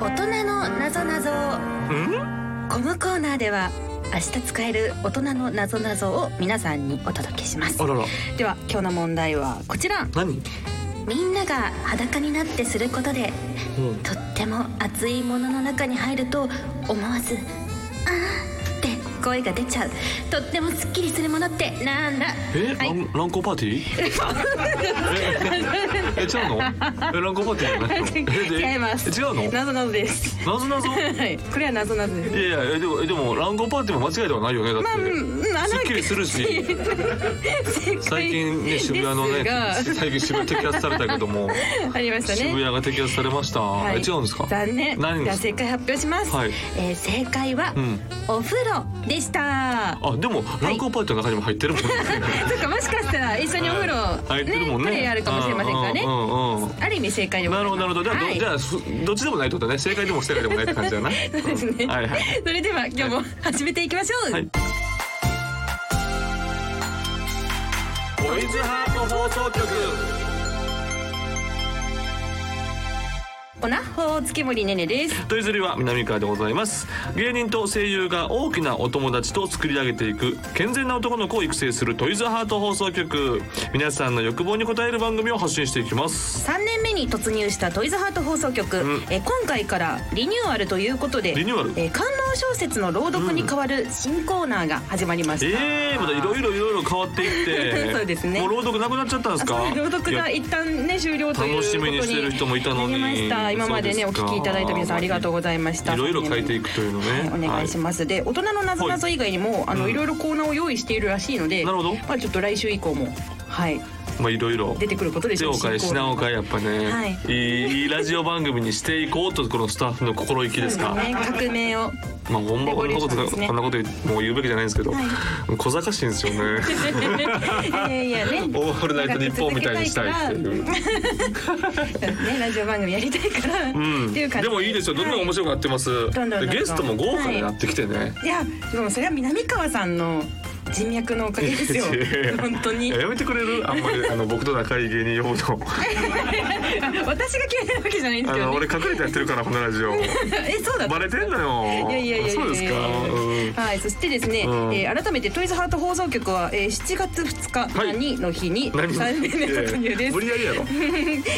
大人のなぞなぞこのコーナーでは明日使える大人のなぞなぞを皆さんにお届けしますあららでは今日の問題はこちら何、みんなが裸になってすることでうん、とっても熱いものの中に入ると思わず「あー」って声が出ちゃうとってもすっきりするものってなんだえ、はラいン乱行パーティーええ違うのえ乱行パーティーじゃないのえ で違います違うのなぞなぞです。なぞなぞ いはい、これはなぞなぞです。やいやえでもえでも乱行パーティーも間違いではないよねだって、うん、うん、あすっきり するし最近ね渋谷のねです最近渋谷摘発された けども、ありました渋谷ね。が摘発されました、え違うんですか残念。何じでゃあす正解発表します。はいえー正解は、うんお風呂でしたあでも乱行パーティーの中にも入ってるもん ね、そっかもしかしたら一緒にお風呂入ってるもんねプレイあるかもしれませんからね。うんうんうんある意味正解でごなざいるますほどなるほどじゃあ、はいどじ ゃあすどっちでもないってことだね正解でも不正解でもないって感じだなそうですね はいはいそれでは今日も始めていきましょう。はいボイズハート放送局おなほ月森ねねです。というずりは南川でございます芸人と声優が大きなお友達と作り上げていく健全な男の子を育成するトイズハート放送局皆さんの欲望に応える番組を発信していきます3年目に突入したトイズハート放送局、んえー今回からリニューアルということでリニューアルえー観音小説の朗読に代わる新コーナーが始まりました、えー、まだいろいろいろいろ変わっていって そうですねもう朗読なくなっちゃったんですかあそう 朗読がいや一旦ね終了という楽ことにしみにしてる人もいたのになりました今までねそおうですか聞きいただいた皆さんありがとうございましたいろいろ変えていくというのねはい、お願いします、で大人のなぞなぞ以外にも、あのうんいろいろコーナーを用意しているらしいのでなるほどまあ、ちょっと来週以降もはいまあいろいろ出てくることでし手ょをう変え新コーナ品ーを変えやっぱね、、はいいラジオ番組にしていこうとこのスタッフの心意気ですか、ね革命 をまあほんまこんなレボリュこと、ーションですねこんなこともう言うべきじゃないんですけど、小賢しいんですよね いやいやねオールナイト日本みたいにしたいっていう、ね、ラジオ番組やりたいから、うん、っていう感じでもいいですよどんどん面白くなってます、どんどんどんどんゲストも豪華になってきてね、いやでもそれは南川さんの人脈のおかげですよ本当にいややめてくれるあんま りあの僕と仲いい芸人よほど私が決めてるわけじゃないんであすけのど、俺ね、隠れてやってるからこのラジオえ そうだバレてんのよいやいやいやいやそうですか、うんはい、そしてですね、うんえー改めてトイズハート放送局は、えー7月2日はいにの日に何3年目突入いやいでやす無。理やりやろ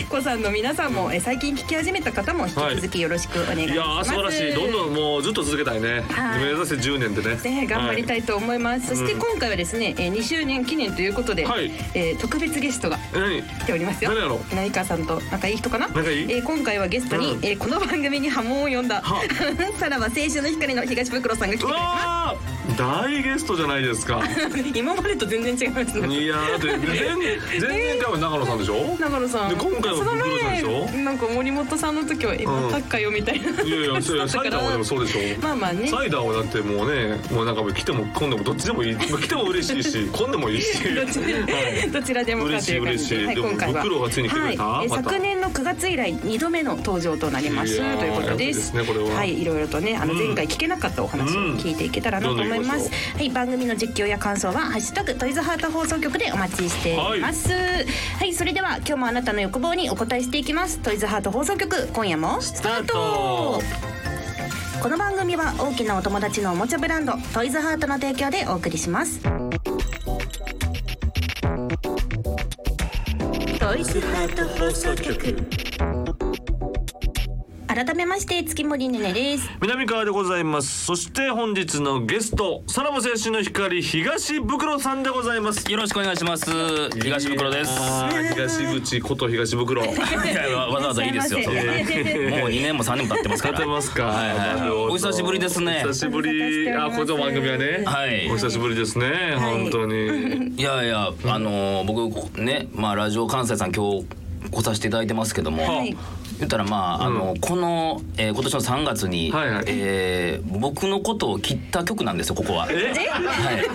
子さんの皆さんも、えー最近聞き始めた方も引き続きよろしくお願いいしやま ーす。素晴らしいどんどんもうずっと続けたいね、はい目指せ10年でねね、頑張りたい、いと思います、そしてうん今回はですね、えー、2周年記念ということで、はいえー特別ゲストがはい、来ておりますよ誰やろ南川さんと仲いい人かな仲いいえー今回はゲストに、うんえーこの番組に波紋を呼んだは さらば青春の光の東袋さんが来てうくれまわー大ゲストじゃないで すかす今までと全然違いますねいやーだって前前々回は長野さんでしょ長野さんで今回もその袋さんでしょ前なんか森本さんの時は「えうんまたかよ」みたいな、いやいや それサイダーはでもそうでしょまあまあねサイダーはだってもうねもうなんかもう来ても来んでもどっちでもいいまあ来ても嬉し いし来んでもいいしどっちは いどちらでもかという感嬉しい嬉じしいで、はい、でも今回は袋がついに来てくれたはいえーまた昨年の9月以来2度目の登場となりますいとやーいうことでやすっぱりですねこれははいいろいろとねあのうん前回聞けなかったお話を聞いていけたらなと思います、うんどんどん行きまはい番組の実況や感想は「ハッシュタグトイズハート放送局」でお待ちしていますはい、それでは今日もあなたの欲望にお答えしていきますトイズハート放送局今夜もスタートこの番組は大きなお友達のおもちゃブランドトイズハートの提供でお送りしますトイズハート放送局改めまして月森ねねです南川でございますそして本日のゲストさらば青春の光東袋さんでございますよろしくお願いします。東袋です。あー東口こと東袋いやわざわざい いですよ。そんな もう2年も3年も経ってますか当ら。てますか、はいはいはいなるほどお久しぶりですねお久しぶりあこの番組はね、はいお久しぶりですね、本当にいやいや、あのー僕ね、まあラジオ関西さん今日来させていただいてますけども、はい言ったらまああの、この、えー今年の3月に、はいはいえー僕のことを切った曲なんですよここは。えはい。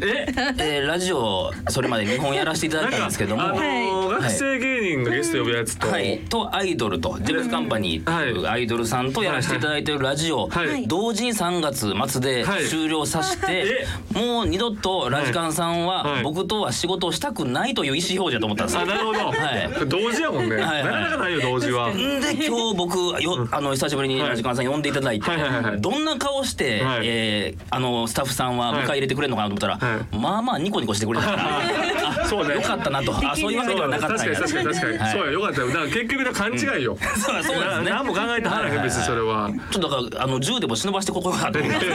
ええーラジオそれまで2本やらせていただいたんですけども。あのーはい学生芸人がゲスト呼ぶやつと、はい、とアイドルとジェフカンパニーといはうアイドルさんとやらせていただいてるラジオ、はいはい同時に3月末ではい終了させて、もう二度とラジカンさんはいははい僕とは仕事をしたくないという意思表示だと思ったんですよ。あなるほど、はい同時やもんね、はいはいなかなかないよ同時は、うんで今日僕よあの久しぶりにはいラジカンさん呼んでいただいて、はいはいはいはいどんな顔して、はいえーあのスタッフさんは迎え入れてくれるのかなと思ったら、はいまあまあニコニコしてくれたから、あそうねよかったなとあそういうわけではなかったん確やかに確かに確かに、はいそうやよかったよだから結局だ勘違いよ、 そうそうですねな何も考えてはらへん別にそれは。 ちょっとだからあの銃でも忍ばしてここよかと思います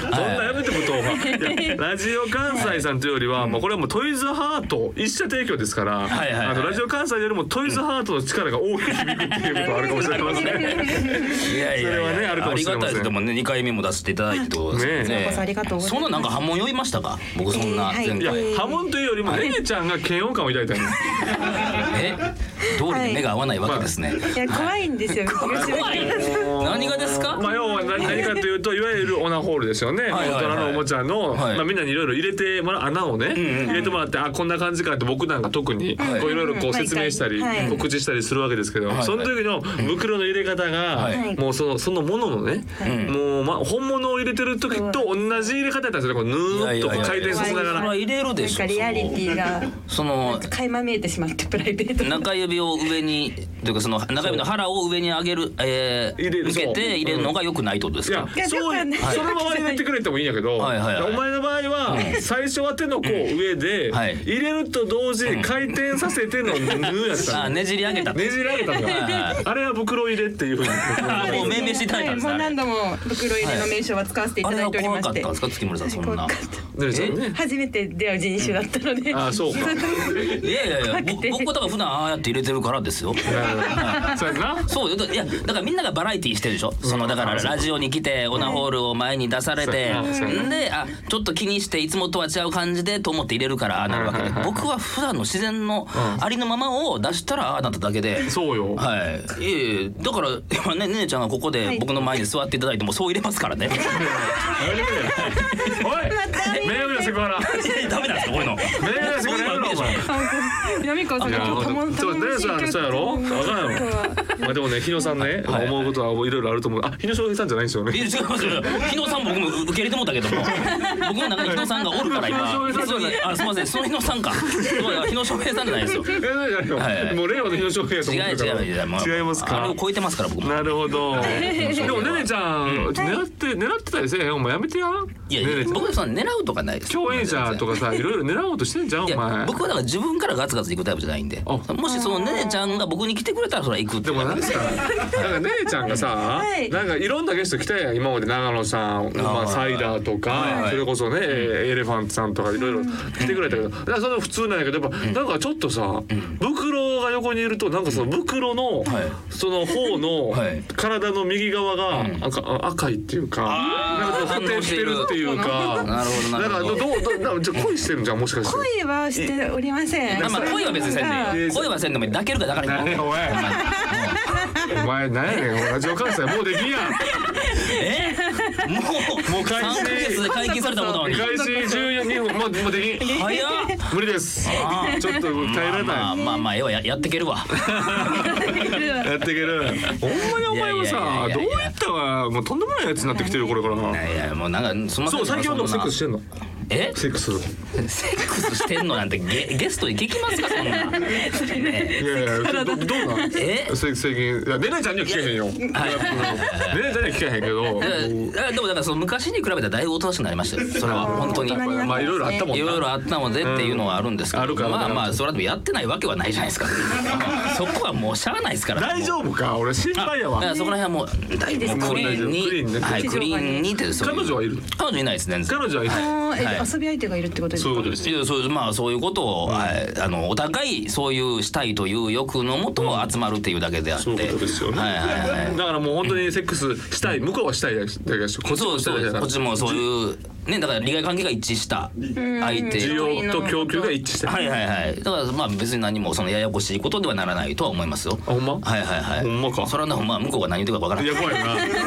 そんなやめてもと ラジオ関西さんというよりは、まあこれはもうトイズハート一社提供ですから、はいはいはいあのラジオ関西よりもトイズハートの力が大きく響くっていうことはあるかもしれませんね。いやいやいやそれはねあるかもしれませんありがたいですでもね二回目も出していただいてってことですよねえこちらこそありがとうございますそんななんか波紋酔いましたか僕そんなえーはい前回、いや波紋というよりもねねちゃんが嫌悪感を抱いたんです。え通りに目が合わないわけですね、いや怖いんですよ。 怖い。何がですかまあ要は何何かというといわゆるオナホールですよね。はいはいはい大人のおもちゃの、はいまあみんなにいろいろ入れてもらう穴をね、入れてもらってあこんな感じかって僕なんか特にはいこういろいろこううん説明したりはい告知したりするわけですけど、はいその時の袋の入れ方がはいもうそのそのもののね、いもうま本物を入れてる時と同じ入れ方だったんですよね。こうぬーっとこう回転させながそれはら。入れるでなんしかょリアリティがその垣間見えてしまってプライベートの。中指を上にというかその中指の腹を上に上げる、え入れるー、向けそうて入れるのが良くないってことですいやか、そういやそのまま入れてくれてもいいんやけど、はいはいはいお前の場合は最初は手の甲上ではい入れると同時に回転させてのぬーやったあのねじり上げたとねじられたのはいはいがあれは袋入れっていうふうにあもう命名していただいたんですねはいもう何度も袋入れの名称は使わせていあたれだはいており怖まかしってたんですか月村さんそん怖かっ。なねじられね初めて出会う人種だったので。あそうかいやいやいや、ぼ怖くて僕だから普段ああやって入れてるからですよ。そうやなそうよだいやだからみんながバラエティーしてるでしょ。そのだからラジオに来てオナホールを前に出されて、そうやなんであちょっと気にしていつもとは違う感じでと思って入れるからああなるわけはでいはい、はい僕は普段の自然のありのままを出したらああなっただけで。そうよはい、いえいえだから今ねねねちゃんがここで僕の前に座っていただいてもそう入れますか らね。やめてくれおい名誉なセクハラえダメなんですかこういうの。名誉なセクハラやめろお前 南川さんが今日たまそうたまねそうやそうやろ分からんよまあでもね日野さんねはい思うことはいろいろあると思うあ日野翔平さんじゃないんですよいねや違いますよ日野さん僕も受け入れてもうたけども僕の中に日野さんがおるから今日野翔平さんじゃない普通にあすみませんその日野さんかそうだ日野翔平さんじゃないですよえじゃないよはいはいもう令和の日野翔平やと違う思ってる違う違うもかうら違いますあれかを超えてますから僕もなるほど。でもねねちゃん、う狙って狙ってたりせえへんお前やめてや。いやいやねねちゃん僕そんな狙うとかないです共演者とかさいろいろ狙おうとしてんじゃんおいや前。僕はだから自分からガツガツ行くタイプじゃないんであもしそのねねちゃんが僕に来てくれたらそれは行くってでもなんですか。なんかねえちゃんがさ、いなんかいろんなゲスト来たやん今まで長野さん、まあサイダーとか、はいはいそれこそね、エレファントさんとかいろいろ来てくれたけど、だからそれは普通なんやけどやっぱ、なんかちょっとさ、袋が横にいるとなんかその袋の、はいその方の、はい体の右側が赤、あ赤いっていうか、なんかこう反応固定してるっていうか、なるほどだなからるどほうどどうなんかちょっと恋してるんじゃんもしかして。声はしておりません。まあまあ恋は別にせんでいいよ恋はせんでもいい抱けるか抱か何れへんやかおいお前何やねんラジオ関西もうできんやんえもうもう開3ヶ月始で解禁されたことなのに開始12分もうもうできん早っ無理ですちょっと耐えられまなあいまあまあええわややってけるわやっていけるほんまにお前はいさやいやいやいやどういったわもうとんでもないやつになってきてるこれからないやいやもうなんかすみませそんう最近はでもセックスしてんのえセックスセックスしてんのなんてゲゲストに聞きますかそんな。ねいやいやどどうなんえ最近いやねねちゃんには聞けへんよねねちゃんには聞けへんけどえあでもだからその昔に比べたらだいぶおとなしくなりましたよそれは本当に。大人になっまあいろいろあったもんいなろいろあったのでっていうのはあるんですけうど、んあるからまあまあそれはでもやってないわけはないじゃな いですかそこはもうしゃあないですから大丈夫か俺心配やだかわらそこら辺はもうだいぶクリーンもう大丈夫クリーンにねはいクリーンにってそうう彼女はいる彼女いないですね彼女はいないあーえはい遊び相手がいるってことですそういうかこと。ですいやそうまあそういうことを、はいあのお互いそういうしたいという欲のもと集まるっていうだけであってそういうことですよねはいはいはいだからもう本当にセックスしたい、向こうはしたいだけでしょ。こっちそもうしたそういでだかすらこっちもそういうねだから利害関係が一致した相手需要と供給が一致してる。はいはいはいだからまあ別に何もそのややこしいことではならないとは思いますよあほんまはいはいはいほんまかそれはなまあ向こうが何言ってるかわからいないや怖い な。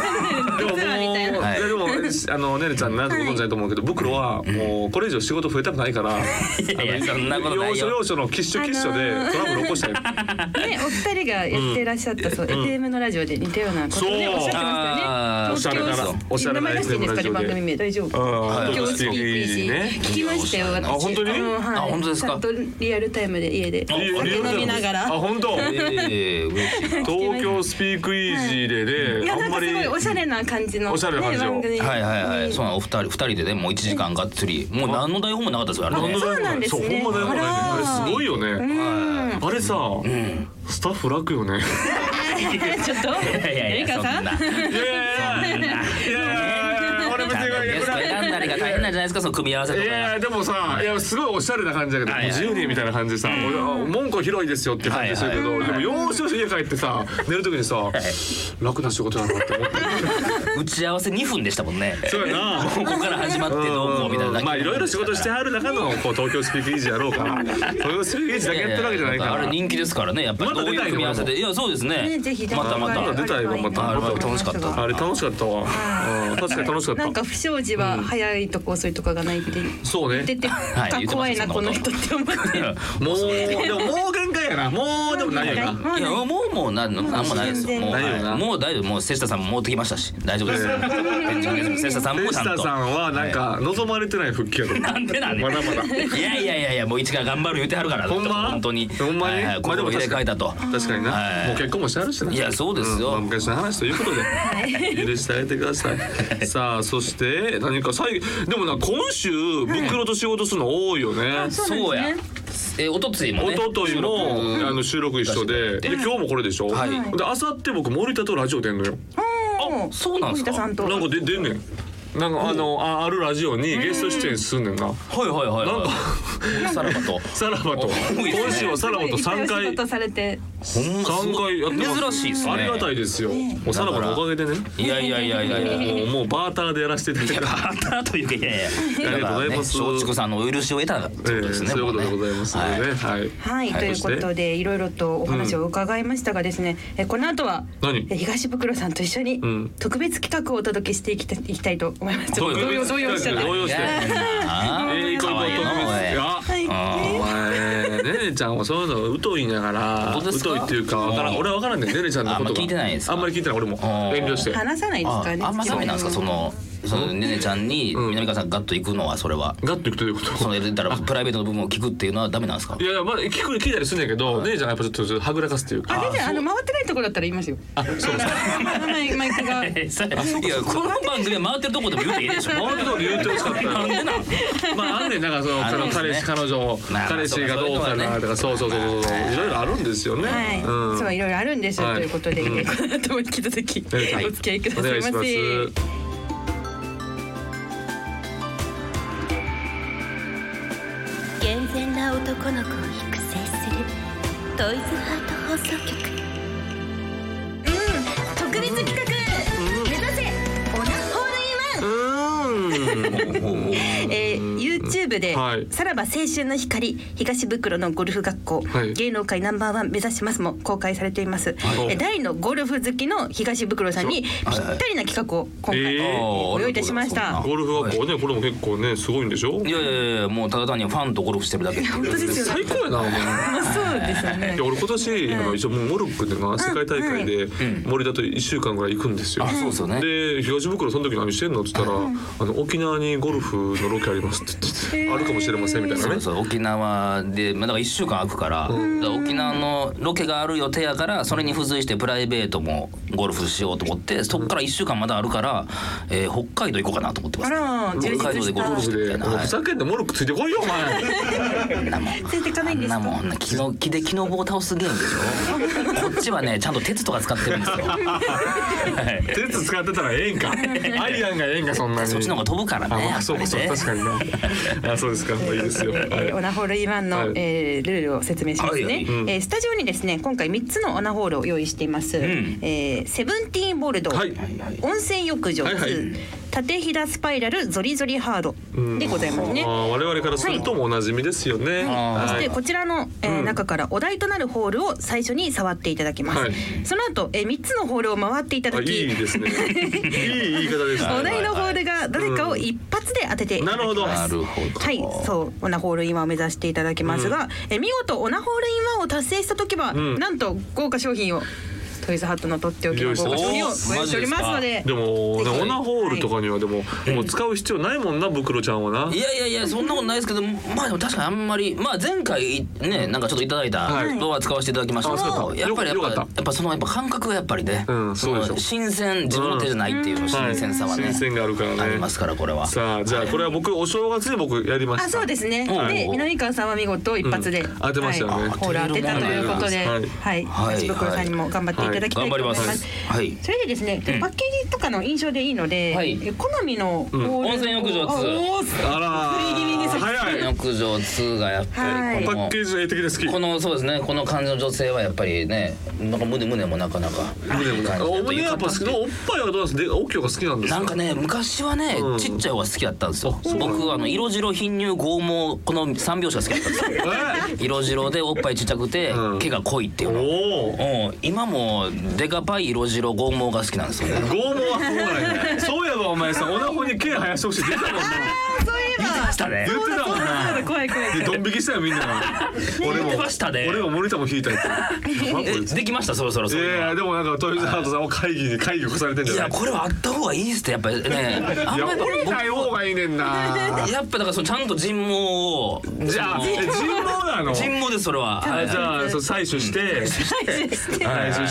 でももう、はいいやでもあのねねちゃんなんてご存知だと思うけど、袋はもうこれ以上仕事増えたくないから、いやいやそんなことな要い所よ要所のキッシュキッシュでトラブル起こしたい。ね、お二人がやってらっしゃった、そう、FM のラジオで似たようなことをね、そうおっしゃってましたよね。あー東京おしゃれなおしゃれな名前出していいんですかね、 FM ラジオで番組名、大丈夫。うんあー今日ドキドキね CPC 聞きましたよいや私あ本当にうんはいあ本当ですかちゃんとリアルタイムで家であお酒飲みながらあ本当ええ嬉 しいな。東京スピークイージーいでねやあなんんまかりすごいおしゃれな感じのおしゃれな感じのね番組はいはいはい、そうなのお二人二人でねもう一時間がっつりもう何の台本もなかったですからね。そうなんですねそうほんまだよねああれらすごいよねあれさスタッフ楽よね ちょっといやいエリやカそんさんな。 いやいやいやいやいやいや俺別にゲスト選んだりが大変なんじゃないですかその組み合わせといやいか。やでもさいやすごいおしゃれな感じだけどはいはい自由にみたいな感じでさ俺あ門戸広いですよっていう感じするけどはいではもいようしよし家帰ってさ寝る時にさ楽な仕事だなって思って打ち合わせ二分でしたもんね。そうやなここから始まってどうこうみたいな。まあいろいろ仕事してはる中のこう東京スピークイージーやろうから東京スピークイージーだけやってるわけじゃないからあれ人気ですからねやっぱりどういう組み合わせでいやそうですねねぜひまたまたまだ出たいわまたあれ楽しかったあれ楽しかったわうん確かに楽しかなんったか不祥事は早いとこ遅いとかがないってそうね出てい言ってました怖いなこの人って思って もうでももう限界やなもうでもないよなやもうもうなんのなんもないですもうもう大丈夫もう瀬下さんも持ってきましたし大丈夫です瀬下さんレもちスゃタんーとさんはなんか望まれてない復帰やと思うなんでなんでまだまだいやいやいやいやもう一から頑張る言ってはるからほんま本当にほんまにはいはい、これも入れ替えたと確かにな、はいもう結婚もしてあるしないやそうですよまあ昔の話ということで許してあげてくださいさあそして何か最後でもな今週袋と仕事するの多いよね、そうやえおとついもね一昨日も、あの収録一緒でで今日もこれでしょ、はいで明後日僕森田とラジオ出んのよあそうなんです森か田さんとなんかで出んねんなんかあのああるラジオにゲスト出演すんねんなはいはいはいなんかはいさらばとさらばと多いですね今週はさらばと3いっぱいお仕回事されてほんます3ご回いやってます珍しいですねありがたいですよもうさらばのおかげでねいやいやいやいやい もやうもうバーターでやらせていただいていや、バーターというか、いやいや、ありがとうございますだからね松竹さんのお許しを得たということですね。ええそういうことでもごねざいますのでね。はい。はい、ということでいろいろとお話を伺いましたがですね、えこの後は何え東袋さんと一緒にん特別企画をお届けしていきたいいきたいと思います。ちょっとどう動いう揺動揺しちゃった。動は揺して。いやええ行こう行こう可愛いなおい行こう。いやい、お前ねねちゃんはそういうの疎いんやから本当ですか疎いっていうかわからんうん俺はわからんねねねちゃんのことあがんま聞いてないですかあんまり聞いてない俺もあー遠慮して話さないですからね。ああんまダメなんですか、その、そのねねちゃんに、ん南川さんがガッと行くのは、それは。ガッといくということその、だから、プライベートの部分を聞くっていうのはダメなんですかい。やいやまあ聞く聞いたりするんやけどねねちゃんはやっぱちょっとちょっとはぐらかすっていうあ、か全然あの回ってないところだったら言いますよ。あそうですマイマイク が。えそれいや、この番組は回ってるとこでも言うていいでしょ。本当に言うてほしかったよなんでなん。まああんねんなんかそのあるん彼ですね彼氏彼女まあまあ彼氏がどうかなとかそうそうそうそうそういろいろあるんですよねはい、うんそういろいろあるんですよ、はいということで、う んこの後も引き続きはいお付き合いくだおさ願いいしまませ。す健全な男の子を育成するトイズハート放送局うん特別企画、目指せオナホールインワンうーんえー、YouTube で、はいさらば青春の光東袋のゴルフ学校、はい芸能界ナンバーワン目指しますも公開されています、いえー大のゴルフ好きの東袋さんにぴったりな企画を今回、えーご用意いたしましたゴルフ学校ねこれも結構ねすごいんでしょいやいやいや、もうただ単にファンとゴルフしてるだけ。本当ですよね最高やなお前まあそうですよねいや俺今年なんか一応もうモルックでな世界大会で森田と1週間ぐらい行くんですよあそうですよねで東袋その時何してんのって言ったらあの沖縄にゴルフのロケありますって言ってあるかもしれませんみたいなそねうそう沖縄で、まあ、だから1週間空くから,、沖縄のロケがある予定やからそれに付随してプライベートもゴルフしようと思ってそこから1週間まだあるから、えー北海道行こうかなと思ってますあら充実した北海道でゴルフしゴてルフみたいでな、お前はふい、ざけんなモルックついてこいよお前 連れていかないんですかあんなもんあんな木の木で木の棒を倒すゲームでしょこっちはねちゃんと鉄とか使ってるん ですよ、はい鉄使ってたらええんかアイアンがええんかそんなにそっちの方が飛ぶからねあ、まあ、そうかそうやかっ確かになあそうですかまあいいですよ、はいえーオナホールイワンの、はいえールールを説明しますね、はいうんえースタジオにですね今回3つのオナホールを用意しています、んえーセブンティーンボールド、はい温泉浴場2、はいはい縦ひだスパイラルゾリゾリハードでございますね、まあ我々からするともおなじみですよね、はいそはしいてこちらの、えーうん中からお題となるホールを最初に触っていただきます、はいその後、えー、3つのホールを回っていたあだいきいですねいい言い方ですおね題のホールが誰かを一発で当てていただきます、なるほどはい、そう、オナホールインワンを目指していただきますが、え見事オナホールインワンを達成した時は、んなんと豪華商品をトイズハットのとっておきの豪華賞品をご用意しておりますのででもねぜひオナホールとかにはでも、もう使う必要ないもんなブクロちゃんはないやいやいやそんなことないですけどまあでも確かにあんまりまあ前回ねなんかちょっといただいたはい動画使わせていただきましたけあそうどだやっぱりやっよかぱったやっぱそのやっぱ感覚がやっぱりねうんそそうでしょの新鮮自分の手じゃないっていうの新鮮さははねい新鮮があるからねありますからこれはさあじゃあこれは僕お正月で僕やりましたあそうですねうんで南川さんは見事一発で、うん当てましたよねはい、ほら当てたということでははいい、はい東袋さんにも頑張っていただきたいと思います,、はい頑張りはいそれでですね、うんパッケージとかの印象でいいので、はい好みのんオール温泉浴場ツーあおーあら食い気味に先早い浴場2がやっぱりこパッのケージの絵的で好きこのそうですねこの感じの女性はやっぱりねなんか胸胸もなかなか胸もなお胸やっぱ好きおっぱいはどうなんですかでおっきょが好きなんですかなんかね昔はね、うんちっちゃい方が好きだったんですよあそうなんだ僕あの色白貧乳剛毛この三拍子が好きだったんで すよ色白でおっぱいちっちゃくて、うん毛が濃いっていえうのおおうん今もデカパイ色白剛毛が好きなんですよね剛毛はそうなんやそういえばお前さオナホに毛生やしてほしいって言ってたもんな ましたね言ってたもんあな怖い怖いでドン引きしたよみん な俺も言ってましたね俺も森田も引い たやつやばこいえつできましたそろそろいそういうやのいやでもなんかトイズハートさんを会議に会議を越されてんじいゃなやいこれはあった方がいいですってやっぱり ねあんいやまり折れない方がいいねんな やっぱだからそのちゃんと人毛をじ ゃあその え人毛なの人毛ですそれはあはいじゃあそう採取して採取し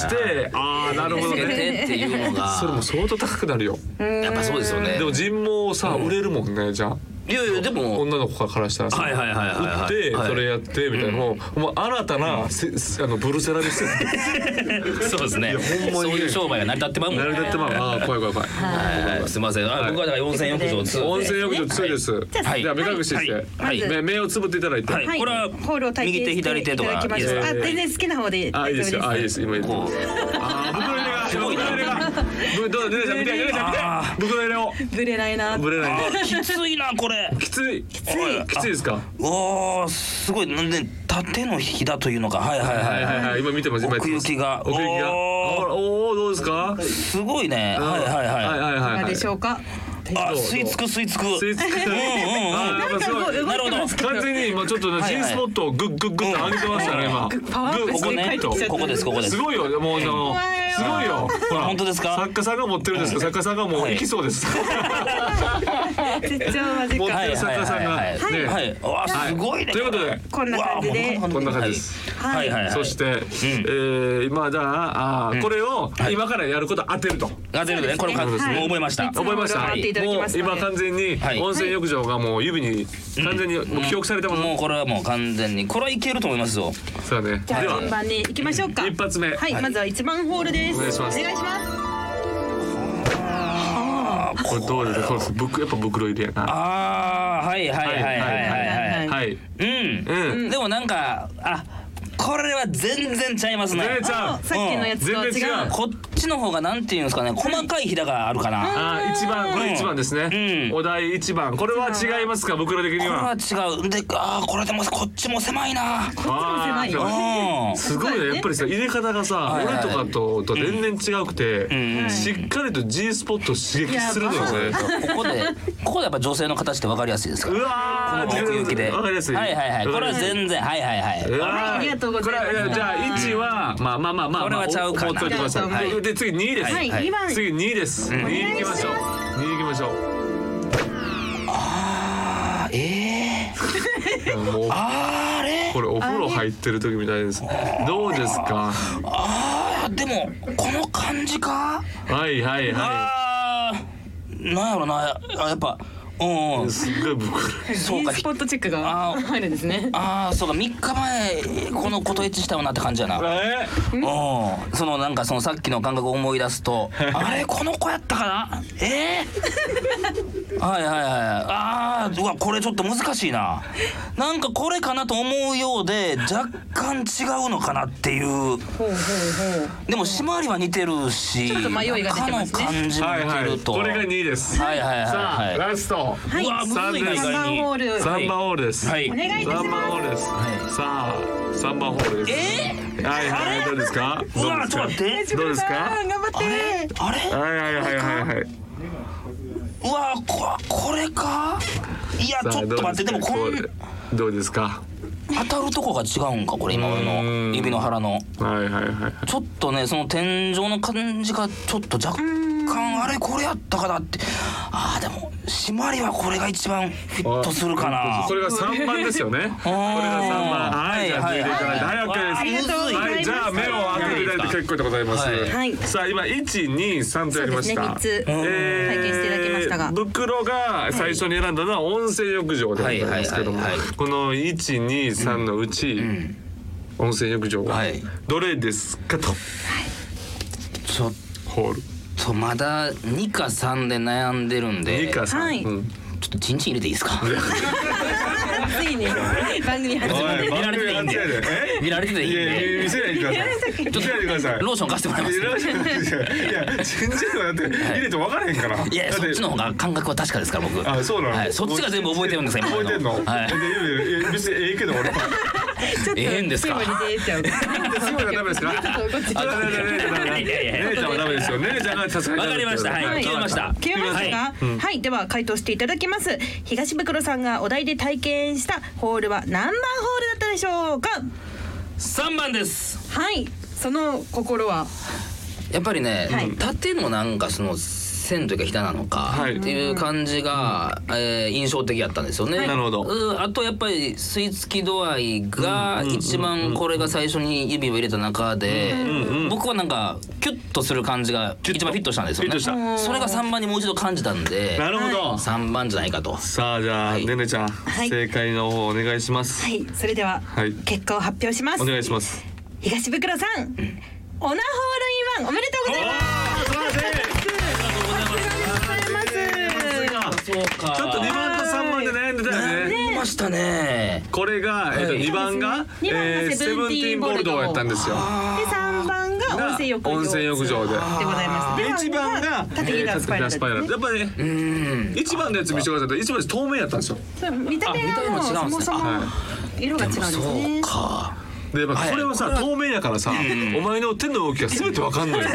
てああなるほどつけ ねてっていうのがそれも相当高くなるよやっぱそうですよねでも人毛さ売れるもんねじゃあいやいやでも女の子からしたらさはいはいはいはいはい売ってはいそれやってみたいなもうもう新たなせせあのブルセラです よそうですね。いやほんまそうにねいう商売が成り立ってまうもんね。成り立ってまうあー怖い怖い怖いはいはいすみません。あ僕はだから温泉浴場2で。温泉浴場強いですじはいゃあ目隠ししはていはい目目をつぶっていただいてはいはいこれはホールを体験右し手て左い手たとだかきまいいしですたねあ全然好きな方であい大い丈夫ですよあいいです今言ってこうああ袋入れが袋入れがぶどうだ出てきた見て出てきた見てあ袋入れをブレないなぶれないあねきついなこれ。きついきついきついですかうわーすごいなんで縦のひだというのかはいはいはいははいいははいい。今見てます今やってます奥行きが奥行きがおーあおおどうですかすごいね。はいはいはい。はいはいいかはがいでしょうかあ吸い付く吸い付く。吸い付くうんうんあーやっぱすごいうん。なるほど。完全に今ちょっとねはいはい G スポットをグッグッグッと上げてましたね今グパワーアップここね帰ってきちゃったここですここです。すごいよもうあのすごいよほら本当ですか作家さんが持ってるんですけど作家さんがもう行きそうです絶頂マジ持ってかる作家さんがはいはいはいはいねはいわあすごいねということでこんな感じでわあもうこんな感じですはいはいはいそして、えーまあじゃああーこれを今からやること当てると、なぜねこの感覚もう覚えました覚えました。頑張っていただきもうましたね今完全にはい温泉浴場がもう指に完全にもう記憶されてます。もうこれはもう完全にこれはいけると思いますよそうだね。じでゃあ順は番に行きましょうか一発目。はい、まずは一番ホールですお願いしますお願いしますこれどうですか。これ僕やっぱ袋入れやな。ああはいはいはいはいはいはいはい。うんうん。でもなんかあこれは全然ちゃいますねねえちゃん。さっきのやつとは違う全然違うこっちの方がなんていうんですかね細かいひだがあるかなあー一番これ一番ですね。うんお題一番。これは違いますか袋的にこれはは。違うでああこれでもこっちも狭いなこっちも狭いよあーうんすごいねやっぱりさ入れ方がさいはい俺とかとと全然違くんうてんしっかりと G スポットを刺激するのよね。ここでここでやっぱ女性の形ってわかりやすいですからうわーこの奥行きで。わかりやすい。はいはいはい。こわかれはりやすい全然、はいはいはい。はいありがとうございますこれはじゃあ一はまあまあまあまあ。これはちゃうかなまあ思っといてくださいはいで次二です。はい、はい二番次二です。二行きましょう。二行きましょう。あ、ええもうあれこれお風呂入ってる時みたいです。どうですか。あー、でも、この感じかはいはいはあー、なんやろな、あやっぱ、うんうんい。。すっごい僕。そうか G スポットチェックがあー入るんですねあーそうか3日前このことエッチしたよなって感じやなえうんそのなんかそのさっきの感覚を思い出す とあれこの子やったかなええはいはいはいあーうわこれちょっと難しいななんかこれかなと思うようで若干違うのかなっていうほうほうほうでも締まりは似てるしちょっと迷いが出てますね中の感じもはいは似てい。るとこれが二です。はいはいはいさはあいラスト。はいうわむずいな意三外番にホール三番ホールです。はいお願いいたし三番まホールです。さあは三番ホールです。えはいはいどうですか。ー、うわちょっどうとで待すすかってどうですかあー頑張っあれてあれはいはいはいはいはい。うわここれかいやさあちょっと待ってでもこんどうですか。当たるとこが違うんかこれ今俺うんの指の腹のはいはいはいはいちょっとねその天井の感じがちょっと若干あれこれやったかなってああでも締まりはこれが一番フィットするかなそれが三番ですよね。これが三番。はい、じゃあはい続いていただいて早くです。はいありがとうございますはい、じゃあ目を開けていただいて結構でございます。はいさあ今一二三とやりました。そうですね三つえー拝見していただきましたが袋が最初に選んだのは温泉浴場でございますけどもはいはいはいは、いこの一二三のうち温泉浴場ははいどれですかとちょっホール。とまだ2か3で悩んでるんで二かは三。いうんちょっとチンチン入れていいで すかついに番組始まおるい見られてない番組やってんでないでえ見られてていいんいやいやで見せないでください。見せないでください。ローション貸してもらいますいやいやいや全然だって入れて分からへんから。いやだそてっちの方が感覚は確かですから僕あそうなの、はい、そっちが全部覚えてるんですよ覚えてんの、今はいやいいやいや別にええけど 俺ええんですかチームに出 ちゃうすごいダメですかあダメダメダメダメ姉ちゃんはダメですよ姉ちゃんがさすがにわダかメりでますよしたはい、はい決めました消えますか、ははいい、では回答していただきます東袋さんがお題で体験したホールは何番ホールだったでしょうか3番ですはいその心はやっぱりね、はい縦のなんかその線というかひなのか、はいっていう感じが、えー印象的やったんですよね、はいなるほどうんあとやっぱり吸い付き度合いが一番これが最初に指を入れた中で、僕はなんかキュッとする感じが一番フィットしたんですフよィねットしそれが3番にもう一度感じたんでなるほど、 3番じゃないかとさあじゃあ、はいねねちゃん、い正解の方お願いします、はいそれでは、はい結果を発表しますお願いします東袋さん、オナホールインワンおめでとうございます素晴らしいそうかちょっと2番と3番で悩んでたよね言いましたねこれが、えっとはい2番が、二番がえーセセブブンンテティィーーンンボボーールルドドをやったんですよで三番が温泉浴場温泉浴場でごでざいます。で一番が縦えー平スパイラル縦平スパイラルやっぱうねん一番のやつ見せてくださいと一番のやつ透明やったんですよそう見た目あ見た目がももう違うんそですもそねも色が違うんですそうね。 かでやっぱはいこれはさ透明やからさお前の手の動きが全てわかんないよ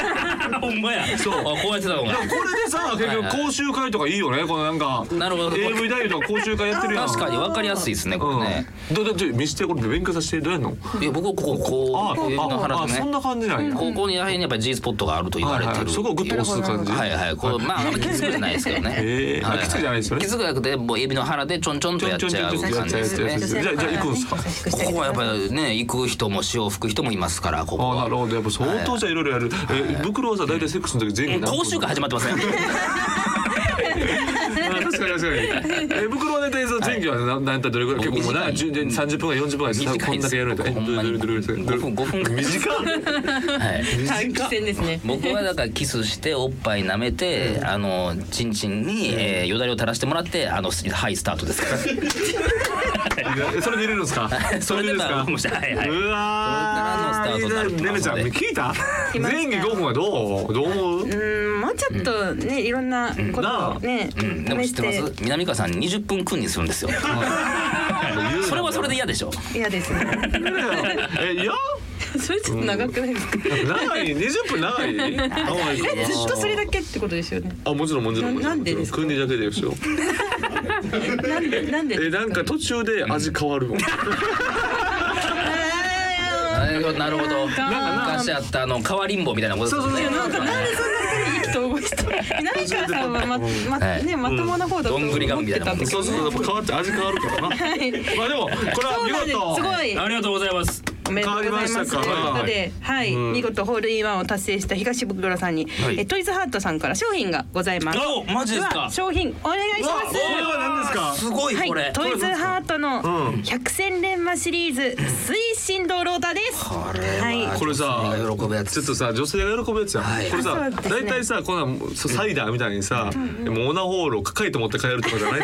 ほんまやそうあこうやってたのがこれでさ結はいは局い講習会とかいいよねこのなんかなるほど AV 大夫とか講習会やってるやん確かに分かりやすいですねこれね、うんだだって見せてこれ勉強させてどうやんのいや僕はこここあう指のあ腹あとそんねな感じなんやここにらへんにやっぱり G スポットがあると言わはいれてる、はいそこをグッと押す感じはいはい、こうまああんまりきつくじゃないですけどね。へえはあきつくじゃないですよねきつくなくて、もう指の腹でちょんちょんとやっちゃうちょんちょん感ちょじんでちょんすちょんちょんじゃあじね。ゃあ行くんすかここはやっぱりね、行く人も潮吹く人もいますから、ここあは。なるほどやっぱ相当じゃいろいろやるえ袋はさ大体セックスの時全え員講習会始まってますね。あ確かに確かに。え袋は大体その前期はななんたどれぐらい結構もうな短い十で三十分か四十分ぐらいこんだけやるんだ。えほんまにどれどれどれどれ5分5分ぐらい短い。はい。短期戦ですね。僕はだからキスしておっぱい舐めて、あのチンチンに、えーよだれを垂らしてもらってあのはいスタートですからえそれで入れるんですか。 それで入れるんですか。はいはいうわそれからのスタートにー。ねねなってますちゃのんで聞いた？ました前期五分はどうどう思う？うん、もうちょっとね、いろんなことをね、うんでも試知っしてまてす南川さん20分くんにするんですよそれはそれで嫌でしょ嫌ですね。えいやそれちょっと長くないですか。長い二十分長い。長いかえ、ずっとそれだだけってことですよね。あもちろんもちろんもちろななんでですか国だけですよ。なんで、なんで。えなんか途中で味変わるもん。なるほど昔あったあの変わりんぼみたいなことですよねなんか、なんでそんなに意気投合して。南川さんは、ま、ま、はいね、まともな方だとど思んっぐりがみみたていなたもんんでですすけそうど。するとやっぱ変わって味変わるからな。まはい。あでもこれは見そうなんです事。すごいありがとうございますおめでとうございます。とい変うわりましたかことで、はい、ん見事ホールインワンを達成した東ブクロさんに、いえトイズハートさんから商品がございます。おマジですかは商品お願いしまこれす。は何ですか。すごいはこれい、トイズハートうのん百戦錬磨シリーズ推進堂ローターです。これははいこれさ女性が喜ぶやつちょっとさ女性が喜ぶやつやん、はいこれさ、そうですね大体さこんなんそうサイダーみたいにさ、もうオナホールを抱えて持って帰るとかじゃない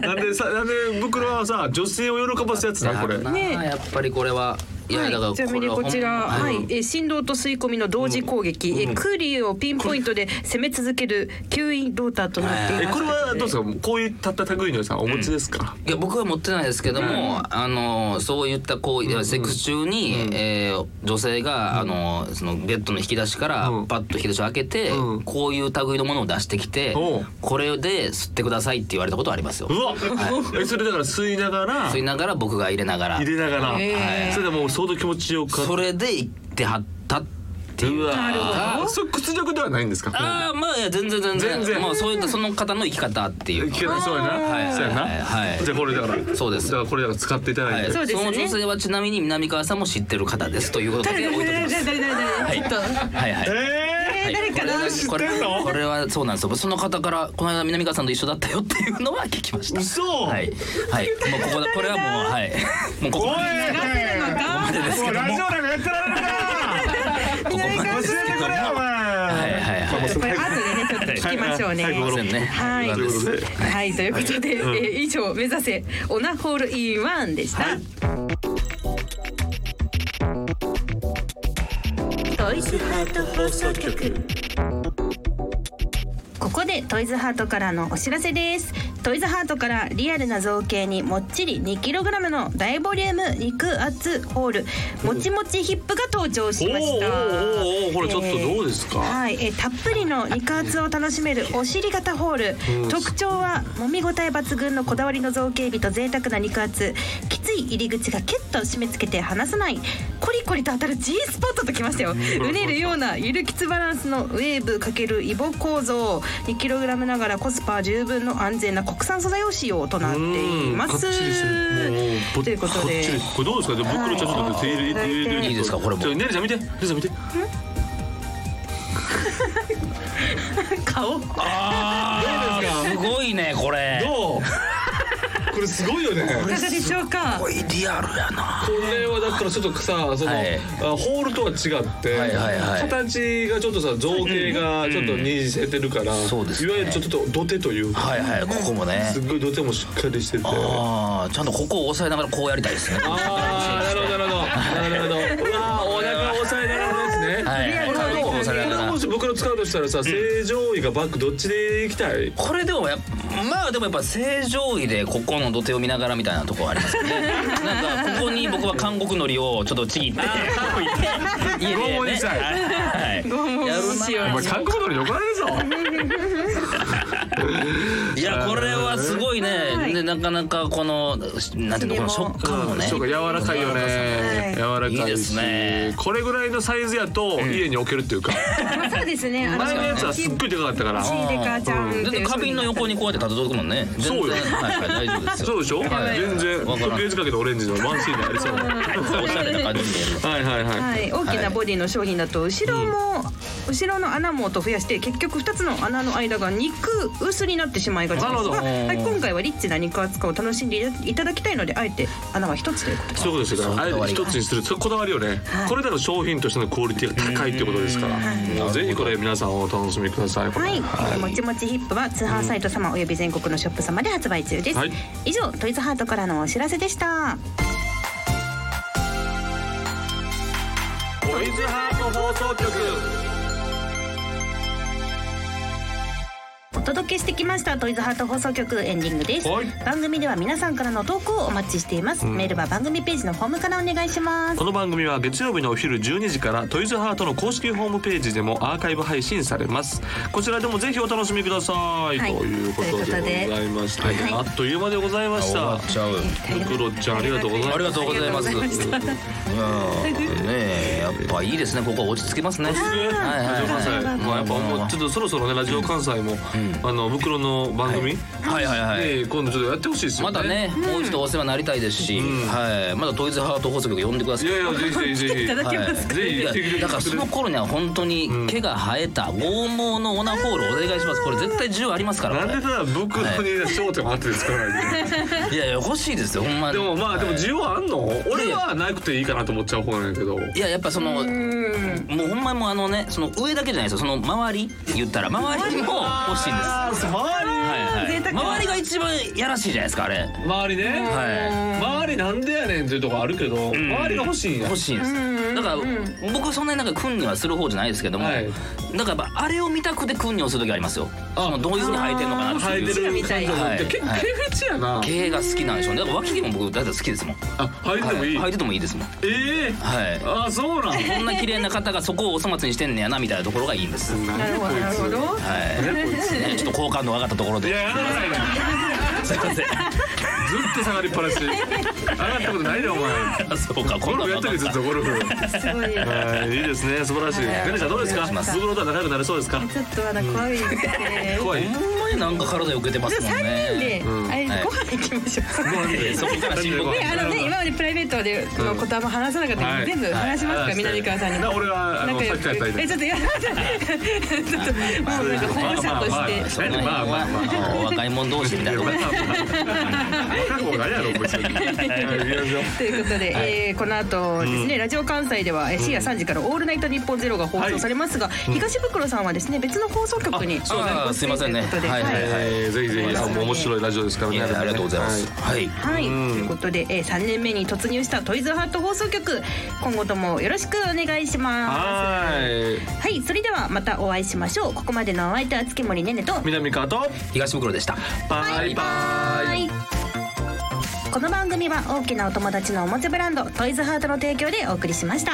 のなんでさなんで袋はさ女性を喜ばすやつだこれなるなやっぱりこれはいやだからちなこみにれはこちら、ほんはい、えー振動と吸い込みの同時攻撃、えークーリーをピンポイントで攻め続ける吸引ローターとなっています。えこれはどうですかこういったった類のさんお持ちですか、いや僕は持ってないですけども、あのそういった行為、いやセックス中に、えー女性が、あのそのベッドの引き出しから、うんパッと引き出しを開けて、うんこういう類のものを出してきて、おうこれで吸ってくださいって言われたことはありますよ。うわ、えそれだから吸いながら吸いながら僕が入れながら入れながら、へーそれでもう相当気持ちよかったそれで行ってはったっていううわなるほーどそれ屈辱ではないんですかああまあいや全然全然全然まあ、そういったその方の生き方っていうの聞けないそうやな、はいそうやな、はいはいじゃあこれだからそうですだからこれだから使っていただいはいて、そうですねの女性はちなみに南川さんも知ってる方ですということだけ誰置いときま す誰誰誰誰ちょっとはいはいええー誰かな。知ってんのこれこれはそうなんですよその方からこの間南川さんと一緒だったよっていうのは聞きました嘘はいはいもうここだこれはもうはいもうここおいまでですもけうどラもジオなんかやってられるここまでなで教すけえてどもくれよお前はいはいはいこれ後でねちょっと聞きましょうね。最後すいのませんねはいということではいということで、えんー以上目指せオナホールインワンでした。トイズハート放送局ここでトイズハートからのお知らせですトイズハートからリアルな造形にもっちり 2kg の大ボリューム肉厚ホールもちもちヒップが登場しましたおーおーおーおーこれちょっとどうですかはい、えーたっぷりの肉厚を楽しめるお尻型ホール特徴は揉み応え抜群のこだわりの造形美と贅沢な肉厚きつい入り口がキュッと締め付けて離さないコリコリと当たる G スポットときましたようねるようなゆるきつバランスのウェーブ×イボ構造 2kg ながらコスパ十分の安全な国産素材を使用となっていますうんかっちりしてるもぼということかっでちりこれどうですかでも僕のちょっと手入れ入れ入れいいですかこれもちょねるちゃん見てねるちゃん見て顔あーすごいねこれどうこれすごいよねいかがでしょうかこれリアルやなこれはだからちょっとさその、はいあホールとは違って、はいはいはい形がちょっとさ造形がちょっと似せてるから、そうですねいわゆるちょっと土手というか、はいはいここもねすっごい土手もしっかりしててあああちゃんとここを押さえながらこうやりたいですねあーなるほどなるほどなるほどうわーお腹を押さえながらですね、はいはいこれはどうこれこれはもし僕の使うとしたらさ、正常位かバックどっちで行きたいこれでもやっぱまあでもやっぱ正常位でここの土手を見ながらみたいなとこはありますよ ねなんかここに僕は韓国のりをちょっとちぎって 家でね拷問したいはいやるなお前韓国のり怒られるぞいやこれはすごいねでなかなかこのなんていうのこの食感もねそうか柔らかいよね柔らかいしいいですねこれぐらいのサイズやと家に置けるっていうか、そうですねあの前のやつはすっごいでかかったからチーデカちゃんっていうだって花瓶の横にこうやって立てとくもんね全然そうよはいはい大丈夫ですよそうでしょ、はい全然わ時からん計仕掛けのオレンジのワンシーンでありそうおしゃれな感じ に見えるはいはいはい、はい、大きなボディの商品だと後ろも、後ろの穴もと増やして結局2つの穴の間が肉薄になってしまいがちですなるほが、どはい、今回はリッチな肉厚感を楽しんでいただきたいのであえて穴は1つということでそういうことですよだからあれ一つにするそれこだわりよね、これだから商品としてのクオリティが高いってことですからもうぜひこれ皆さんお楽しみくださいこれはい、もちもちヒップは通販サイト様および全国のショップ様で発売中です、はい以上トイズハートからのお知らせでしたトイズハート放送局お届けしてきましたトイズハート放送局エンディングです、はい番組では皆さんからの投稿をお待ちしています、メールは番組ページのフォームからお願いしますこの番組は月曜日のお昼12時からトイズハートの公式ホームページでもアーカイブ配信されますこちらでもぜひお楽しみください、はいということでございまして、あっという間でございまし終わたっちゃうクロちゃんありがとうございまあすりがとうございます。うんねえ、やっぱいいですね。ここは落ち着きますね。はいラジオ関西、はい。まあ、やっぱもうちょっとそろそろねラジオ関西も、あの袋の番組、はいはいはい。で今度ちょっとやってほしいですよまね。だね、もう一度お世話になりたいですし、はい、まだトイズハート放送局呼んでくだいさい。やいやぜひぜひぜひ。はいぜひいやぜひだからその頃には本当に毛が生えた剛毛のオナホールお願いしますこれ絶対10ありますかならんこでただ袋に焦点を当てて使わ ないで。れいやいや欲しいですよほんまにでもまあでも需要あんの？俺はなくていいかなと思っちゃう方なんやけど。いややっぱそのもうほんまにもうあのねその上だけじゃないですよその周り言ったら周りも欲しいんですはあーそう周りいはい贅沢周りが一番やらしいじゃないですかあれ周りね、は周りなんでやねんっていうとこあるけど、ん周りが欲しいんや欲しいんですだから僕はそんなになんか訓練はする方じゃないですけどもはいだからやっぱあれを見たくて訓練をする時ありますよあそのどういうふうに履いてるのかなって生えいてうる感じはいでけ毛はいフェチやな毛が好きなんでしょうねだから脇毛も僕だいたい好きですもんあ生えてもいい、はい、履いててもいいですもんはええいあーそうなんこんな綺麗な方がそこをお粗末にしてんねやなみたいなところがいいんですはなるほどなるほどいねちょっと好感度が上がったところいでややらないなすいませんずっと下がりっぱなし上がったことないでお前あ そうか、ゴ今ルフや度ってるよずっとゴルフすごいはいいいですね素晴らしいガネちゃんどうですかお願いしますズブロとは仲良くなれそうですかちょっとまだ怖いですね怖いほんまになんか体よけてますもんね。 3人で、あれはいご飯行きましょう、でそこから深刻ね、あのね今までプライベートでのことはもう話さなかったはけいど、全部話しますから、はい南川さんにな俺はあの仲良くさっきから言ったえちょっとやだちょっともうなんか保護者とまあまあまあしてその辺はまあまあま あの若い者同士み たいなところ。若い子がやろ別にはいということで、えーこの後ですね、ラジオ関西ではえー深夜3時から「オールナイトニッポンゼロが放送されますが、東袋さんはですね別の放送局にそうですねご出演ということですいませんねはいはいえーぜひぜひあもう面白いラジオですからいねやありがとうございます。はい。はい、ということで、えー、3年目に突入したトイズハート放送局今後ともよろしくお願いしますはいはいはいそれではまたお会いしましょうここまでのお相手は月森ねねと南川と東袋でした。バイバイこの番組は大きなお友達のおもちゃブランドトイズハートの提供でお送りしました